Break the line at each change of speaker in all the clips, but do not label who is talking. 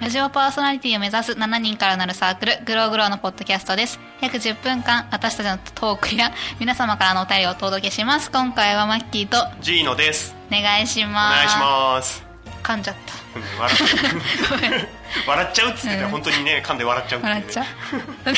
ラジオパーソナリティを目指す7人からなるサークル、グローグローのポッドキャストです。約10分間、私たちのトークや皆様からのお便りをお届けします。今回はマッキーと
ジーノです。
お願いし
お
ます。
願いします。
噛んじゃった。
うん笑っ笑っちゃうっつってたよ、
うん
本当にね噛んで笑っちゃうっていうね
笑っちゃう。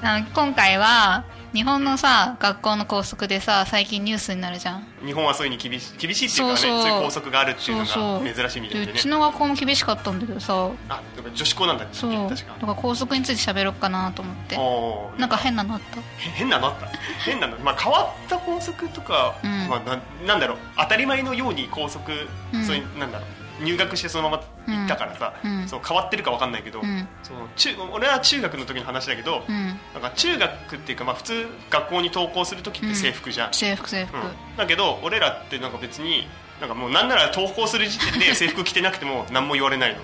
で あの今回は、日本のさ、学校の校則でさ、最近ニュースになるじゃん。
日本はそういうに厳しい厳しいっていうかね
そ
そうう
そう
いう校則があるっていうの
そう
が珍しいみたい
で
で
う
ね
ちの学校も厳しかったんだけどさ、
あでも女子校なんだっけ
そう。だ
確
か
から
校則について喋ろうかなと思って。
おー
なんか変なのあった
へ変なのあった変なの、まあ、変わった校則とか、
うん
まあ、なんなんだろう当たり前のように校則、
うん
それなんだろう入学してそのまま行ったからさ、
うんうん
そう変わってるかわかんないけど、
うん
その中俺は中学の時の話だけど、
うん。
なんか中学っていうか、まあ、普通学校に登校する時って制服じゃん、
制服制服。
うんだけど俺らってなんか別になんかもうなんなら登校する時 点で制服着てなくても何も言われないの、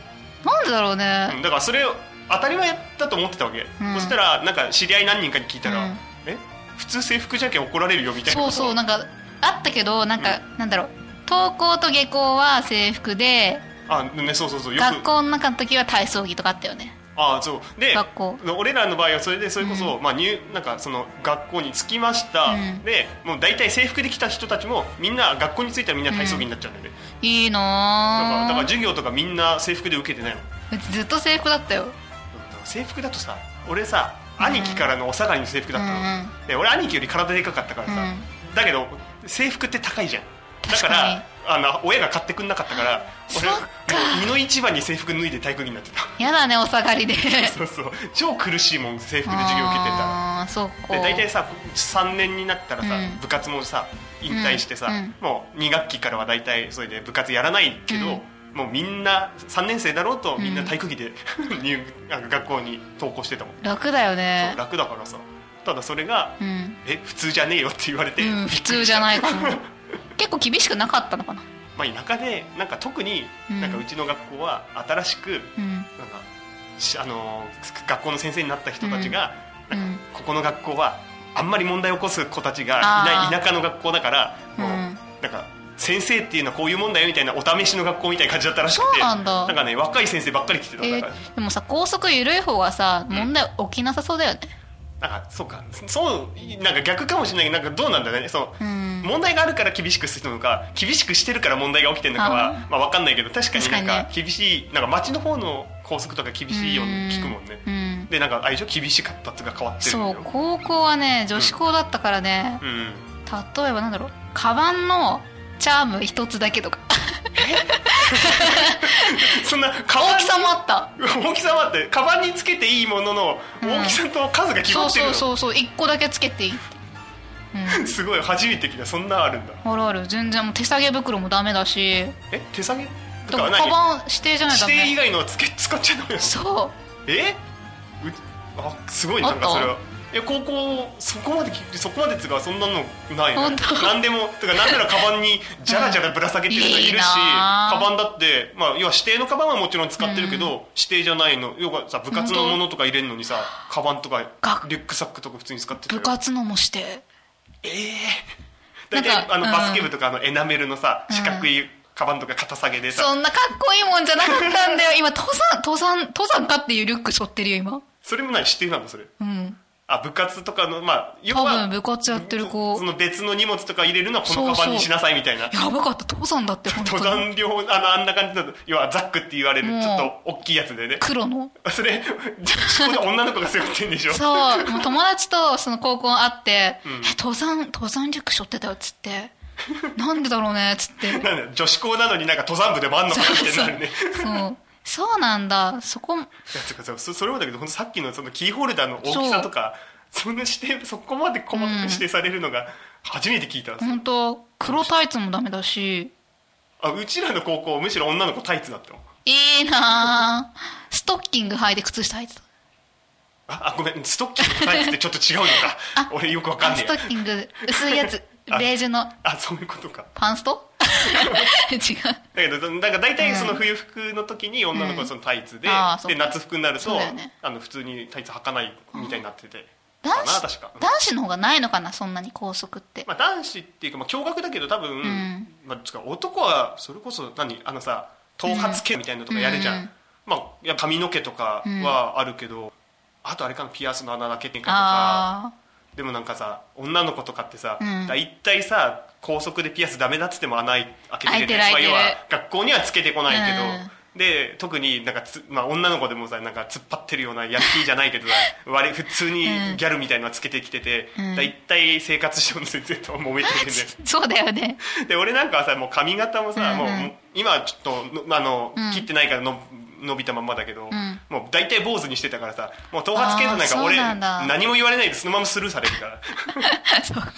なんでだろうね。
うんだからそれを当たり前だと思ってたわけ、
ん
そしたらなんか知り合い何人かに聞いたら「
うん
え普通制服じゃけん怒られるよ」みたいな
そうそうなんかあったけどなんか、なんだろう登校と下校は制服で
あ、ね、そうそうそうよ
学
く
校の中の時は体操着とかあったよね
あそうで
学校
俺らの場合はそれでそれこそ、まあ、入なんかその学校に着きました、
うん
でもう大体制服で来た人たちもみんな学校に着いたらみんな体操着になっちゃうんだよね、
いい
だからだから
な
授業とかみんな制服で受けてないの
うちずっと制服だったよ
制服だとさ俺さ兄貴からのお下がりの制服だったの、
うん
で俺兄貴より体でかかったからさ、
う
だけど制服って高いじゃんだ
確
か
からに
あの親が買ってくんなかったから俺
そっか
もう身の一番に制服脱いで体育着になってた
やだねお下がりで
そうそう超苦しいもん制服で授業受けてたら
ああーそっか
で大体さ3年になったらさ、
うん
部活もさ引退してさ、
うん
もう2学期からは大体それで部活やらないけど、
うん
もうみんな3年生だろうとみんな体育着で、 入あの学校に登校してたもん
楽だよね
楽だからさただそれが
う
「え普通じゃねえよ」って言われて、
ん、うん、普通じゃない かも結構厳しくなかったのかな
まあ、田舎でなんか特に
うん
なんかうちの学校は新しく
うん
なんか、しあのー学校の先生になった人たちが、
うん
なん
うん
かここの学校はあんまり問題を起こす子たちがい
あ
な
ー
い田舎の学校だからもう、
うん
なんか先生っていうのはこういうもんだよみたいなお試しの学校みたいな感じだったらしく
そう
て
なんだ
かね若い先生ばっかり来てた
え
だから、
ーでもさ高速緩い方がさ問題起きなさそうだよね
なんかそうかそうなんか逆かもしれないけどなんかどうなんだろうねその、
うん
問題があるから厳しくするのか厳しくしてるから問題が起きてるのかは
あ
まあ、分かんないけど確かになん
確か
か厳しいなんか町の方の校則とか厳しいように聞くもんね
う。ん
でなんか相性厳しかったっていうか変わってるんだ
そう
よ。
高校はね女子校だったからね、
うんうん。
例えばなんだろうカバンのチャーム一つだけとか
そんなカバン
大きさもあった
大きさはあってカバンにつけていいものの
うん
大きさと数が決
そ
ま
う
ってる
そ
の。
うそうそう一個だけつけていいって、うん、
すごい初めて聞いたそんなあるんだ。
あるある全然もう手提げ袋もダメだし
え手提げ
だ
と
か
から
カ
は何？
バン指定じゃないとダ
指定以
メ
外のつけ使っちゃダメよ。
そ
え？うあすごいね
あ
な
っ
ん
た
かそれは。いや高校そこまで聞いてそこまでつうかそんなのない
本当
なんでもとかなんならカバンにじゃらじゃらぶら下げてる人いるし、
いいなあ
カバンだってまあ要は指定のカバンはもちろん使ってるけど、指定じゃないの要はさ部活のものとか入れるのにさカバンとか
学
リュックサックとか普通に使って
う
た
部
よ。
活のも指定
ええ
な
大
んか
体あの
うん
バスケ部とかあのエナメルのさ四角いカバンとか肩下げでさ、
そんなかっこいいもんじゃなかったんだよ今登山登山登山かっていうリュック背負ってるよ今
それも何指定なのそれ。
うん
あ部活とかのまあ要
多
は
分部活やってる子
その別の荷物とか入れるのはこのカバンにしなさいみたいな
やばかった登山だって本当に
登山療法あのあんな感じだと要はザックって言われる
もう
ちょっと大きいやつでね
黒の
それそこで女の子が背負ってんでしょ
そう、もう友達とその高校会って、
ん
え、登山、登山リュック背負ってたよ、つって。なんでだろうね、つって。
なんだよ女子校なのになんか登山部でもあんのかなみたいになるね
そう。そうなんだ、そこ、
いやてかさそそれもだけどほんとさっきのそのキーホルダーの大きさとかそんな指定そこまで細かく指定されるのが初めて聞いたんですよ、
本当黒タイツもダメだし、
あうちらの高校むしろ女の子タイツだったもん
いいなぁストッキング履いて靴下履いてた。
ああごめんストッキングとタイツってちょっと違うのか
あ
俺よくわかん
あス
ねえ
ト
や
ッキング、薄いやつ、
あ
ベージュの
あそういうことか
パンス ト違う。
だけどなんか大体その冬服の時に女の子はそのタイツで,、
うんあーそう
で夏服になる
そう
と、
だよね
あの普通にタイツ履かないみたいになってて、
男
かな
子
確か、
男子の方がないのかな、そんなに高速って。
まあ、男子っていうか、まあ、共学だけど多分、
ん
まあ、つうか男はそれこそ何あのさ頭髪系みたいなのとかやるじゃん、
うん
まあ、いや髪の毛とかはあるけど、あとあれかなピアスの穴開けてんかとか
あ
でもなんかさ女の子とかってさ
うん
大体、さ高速でピアスダメだっつっても穴開けて
開いてる開いてる
まあ、要は学校にはつけてこないけど、
うん
で特になんかつ、まあ、女の子でもさなんか突っ張ってるようなヤッキーじゃないけどさ割普通にギャルみたいなのつけてきてて
うん
大体、生活してるの先生と揉めて るんだよ
ーそうだよね
で俺なんかはさもう髪型もさ、
うんうん
もうもう今はちょっとのあの、
うん
切ってないからの伸びたまんまだけど、
ん
もう大体坊主にしてたからさもう頭髪系のなん
あー
か俺
そうなんだ
何も言われないでそのままスルーされるから
そうか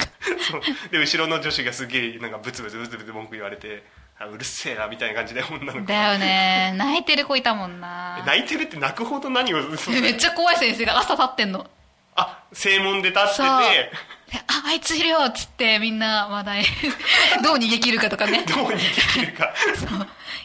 そうで後ろの女子がすげえなんかブツブツブツブツ文句言われてあうるせえなみたいな感じで女の子
だよね泣いてる子いたもんな
泣いてるって泣くほど何をその
えめっちゃ怖い先生が朝立ってんの
あ正門で立って
そうでああいついるよっつってみんな話 題どう逃げ切るかとかね
てどうにできる か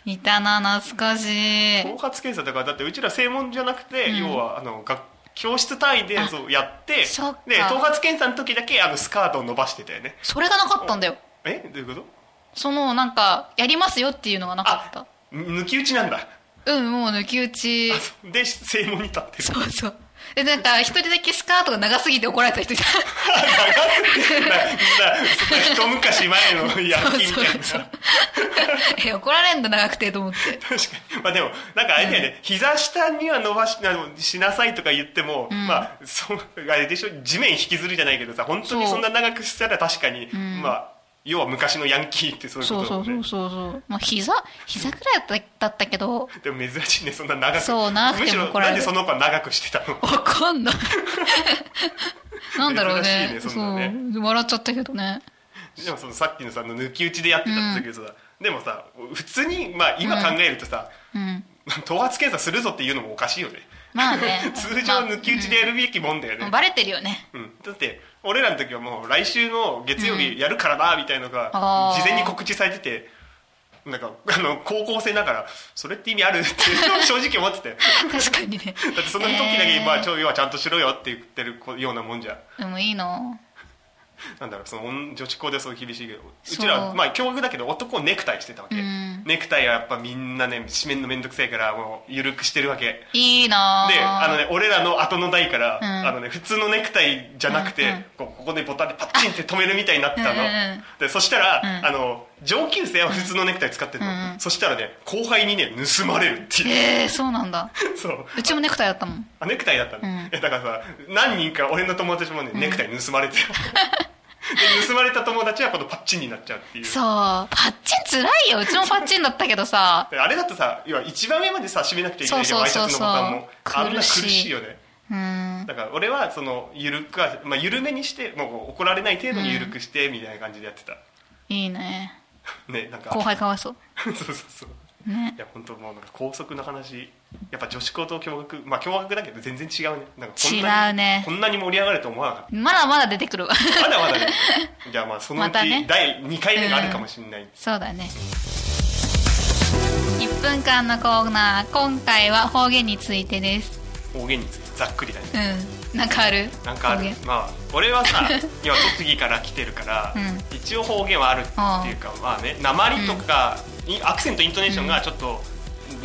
いたな懐かしい
頭髪検査とかだってうちら正門じゃなくて、
うん
要はあの学教室単位で
あ
そうやって
そっか
で頭髪検査の時だけあのスカートを伸ばしてたよね
それがなかったんだよ
えどういうこと
そのなんかやりますよっていうのがなかった
抜き打ちなんだ
うんもう抜き打ち
あそうで正門に立ってる
そうそうでなんか一人だけスカートが長すぎて怒られた人いた
だから 一昔前のヤッキーみたいな
そうそう そうえ怒られんだ長くてと思って
確かにまあでもなんかあれだよね、膝下には伸ばしなしなさいとか言っても、
ん
まあそうあれでしょ地面引きずるじゃないけどさ本当にそんな長くしたら確かに、
ん
まあ要は昔のヤンキーってそういうこ
そう
とだ
そ
も
うんそうそうそうまあ膝膝ぐらいだっただったけど
でも珍しいねそんな長く
そう長く
む
て
し
も
ろ
怒ら
な
れる
んでその子は長くしてたの
わか んないなんだろうね
珍しいねそんなね
そう笑っちゃったけどね
でもそのさっきのさあの抜き打ちでやってたって言ったけどさ、でもさ普通に、まあ、今考えるとさ、
うん
頭髪検査するぞっていうのもおかしいよね
まあね
通常抜き打ちでやるべきもんだよね、
もうバレてるよね
うん、だって俺らの時はもう来週の月曜日やるからなみたいの
あ
が
ー
事前に告知されててなんか あの高校生ながらそれって意味あるって 正直思っててだ
確かにね
ってその時だけ、
えー
まあ、ちょ要はちゃんとしろよって言ってる子ようなもんじゃ
でもいいの
なんだろうその女女子校ではそう厳しいけどう
そう
ちらはまあ共学だけど男ネクタイしてたわけ、
うん
ネクタイはやっぱみんなね締めんの面倒くせえからもう緩くしてるわけ
いいな
であのね俺らの後の代から、
うん
あのね普通のネクタイじゃなくて、
うんうん
こうここでボタンでパッチンって止めるみたいになってたの、
うんうん
でそしたら、
うん
あの上級生は普通のネクタイ使ってるの、
うんうん
そしたらね後輩にね盗まれるっていう、
えー、そうなんだ
そう
うちもネクタイだったもん
あネクタイだった
う
の、
ん
えだからさ何人か俺の友達もねネクタイ盗ま れてる、で盗まれた友達はこのパッチンになっちゃうっていう
そうパッチンつらいようちもパッチンだったけどさ
であれだとさ要は一番上までさ締めなくちゃいけないじゃ
そう
んワイ
そう
シャツ
そ
の
う
ボタンもあんな苦
苦しい
しいよね
うん
だから俺はその緩くは、まあ、緩めにしてもう怒られない程度に緩くしてみたいな感じでやってた、
いいね
ねなんか
後輩かわいそう
そうそうそう
ね
いや本当もうなんか高速の話やっぱ女子高と共学まあ共学だけど全然違うねなんかこんなに
違うね
こんなに盛り上がると思わなかっ
まだまだ出てくるわ
たまだま だねじゃあまあそのう
また
ち
ね
第2回目があるかもしれない、
そうだね1分間のコーナー今回は方言についてです
方言についてざっくりだね
うんなんかある
なんかあ
方
る
言
まあ俺 はさ今栃木から来てるから、
う
一応方言はあるっていうかまあね鉛とか、いアクセントイントネーションがちょっと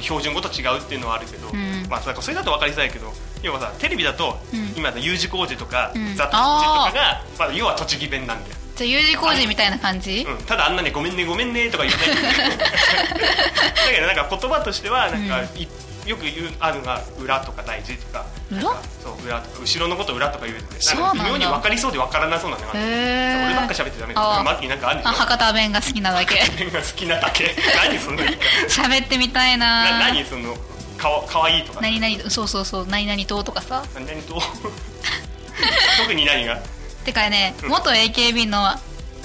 標準語と違うっていうのはあるけど、
ん
まあなんかそれだと分かりづらいけど要はさテレビだと、
うん
今の U 字工事とか、
うん
ザ・トッチとかが、まあ、要は栃木弁なんだよ、
じゃあ U 字工事みたいな感じ
うん、ただあんなねごめんねごめんねとか言わない だけどなんか言葉としてはなんか、いよく言うあるのが裏とか大事とか
裏
なんかそう裏とか後ろのこと裏とか言うって
そう
な
なん
ん
だ
か微妙に分かりそうで分からなそうなんだよ、
へ
俺ばっか
え
喋ってダメ
あ
だ
ー
マッキーなんかあんの
あ博多弁が好きなだけ
が好きなだけ 何その言い方
喋ってみたい
な
な
何そのかわかわいいとか
何々そうそうそう何々党とかさ
何々と 特に何が
てかね元 AKB の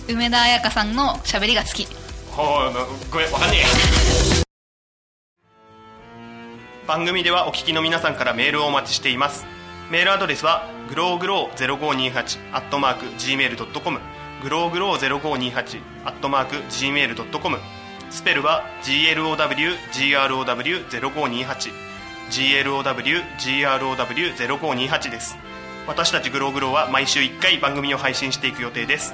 梅田彩香さんの喋りが好き
ほうなごめんわかんねえ番組ではお聞きの皆さんからメールをお待ちしていますメールアドレスはグローグロー0528アットマーク Gmail.com グローグロー0528アットマーク Gmail.com スペルは GLOWGROW0528 GLOWGROW0528 です私たちグローグローは毎週1回番組を配信していく予定です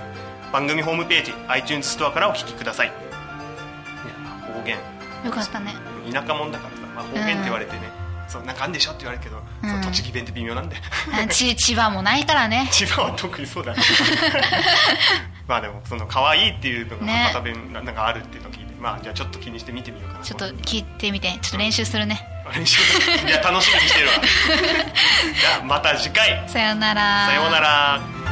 番組ホームページ iTunes ストアからお聞きくださいいや方言
よかったね
田舎もんだからさまあ、方言って言われてね、そうなんかあんでしょって言われるけど、そう
うん
栃木弁って微妙なんで
あち千葉もないからね
千葉は特にそうだね まあでもその可愛いっていうのが
ね
博多弁なんかあるっていうのを聞いて、まあじゃあちょっと気にして見てみようかな
ちょっと聞いてみてちょっと練習するね
あれにしよ ういや楽しみにしてるわじゃあまた次回
さよなら
さようなら